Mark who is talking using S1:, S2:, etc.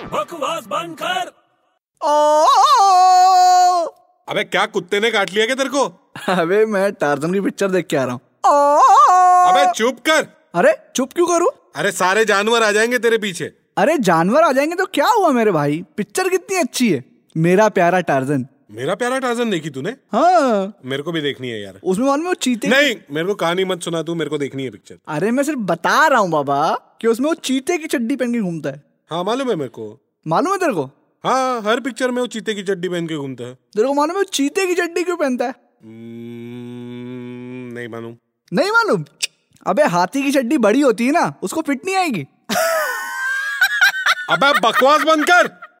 S1: आवाज बंद कर
S2: ओ
S3: अबे क्या कुत्ते ने काट लिया क्या तेरे को
S2: अबे मैं टार्जन की पिक्चर देख के आ रहा हूँ
S3: अबे चुप कर
S2: अरे चुप क्यों करूं
S3: अरे सारे जानवर आ जाएंगे तेरे पीछे
S2: अरे जानवर आ जाएंगे तो क्या हुआ मेरे भाई पिक्चर कितनी अच्छी है मेरा प्यारा टार्जन
S3: मेरा प्यारा टार्जन देखी तूने
S2: हाँ
S3: मेरे को भी देखनी है यार
S2: उसमें मालूम है वो चीते
S3: नहीं मेरे को कहानी मत सुना तू मेरे को देखनी है पिक्चर
S2: अरे मैं सिर्फ बता रहा हूँ बाबा कि उसमें वो चीते की चड्डी पहन के घूमता है
S3: हाँ मालूम है मेरे को
S2: मालूम है तेरे को
S3: हाँ हर पिक्चर में वो चीते की चड्डी पहन के घूमता है
S2: तेरे को मालूम है वो चीते की चड्डी क्यों पहनता है
S3: हम्म, नहीं मालूम
S2: नहीं मालूम अबे हाथी की चड्डी बड़ी होती है ना उसको फिट नहीं आएगी
S3: अबे बकवास बंद कर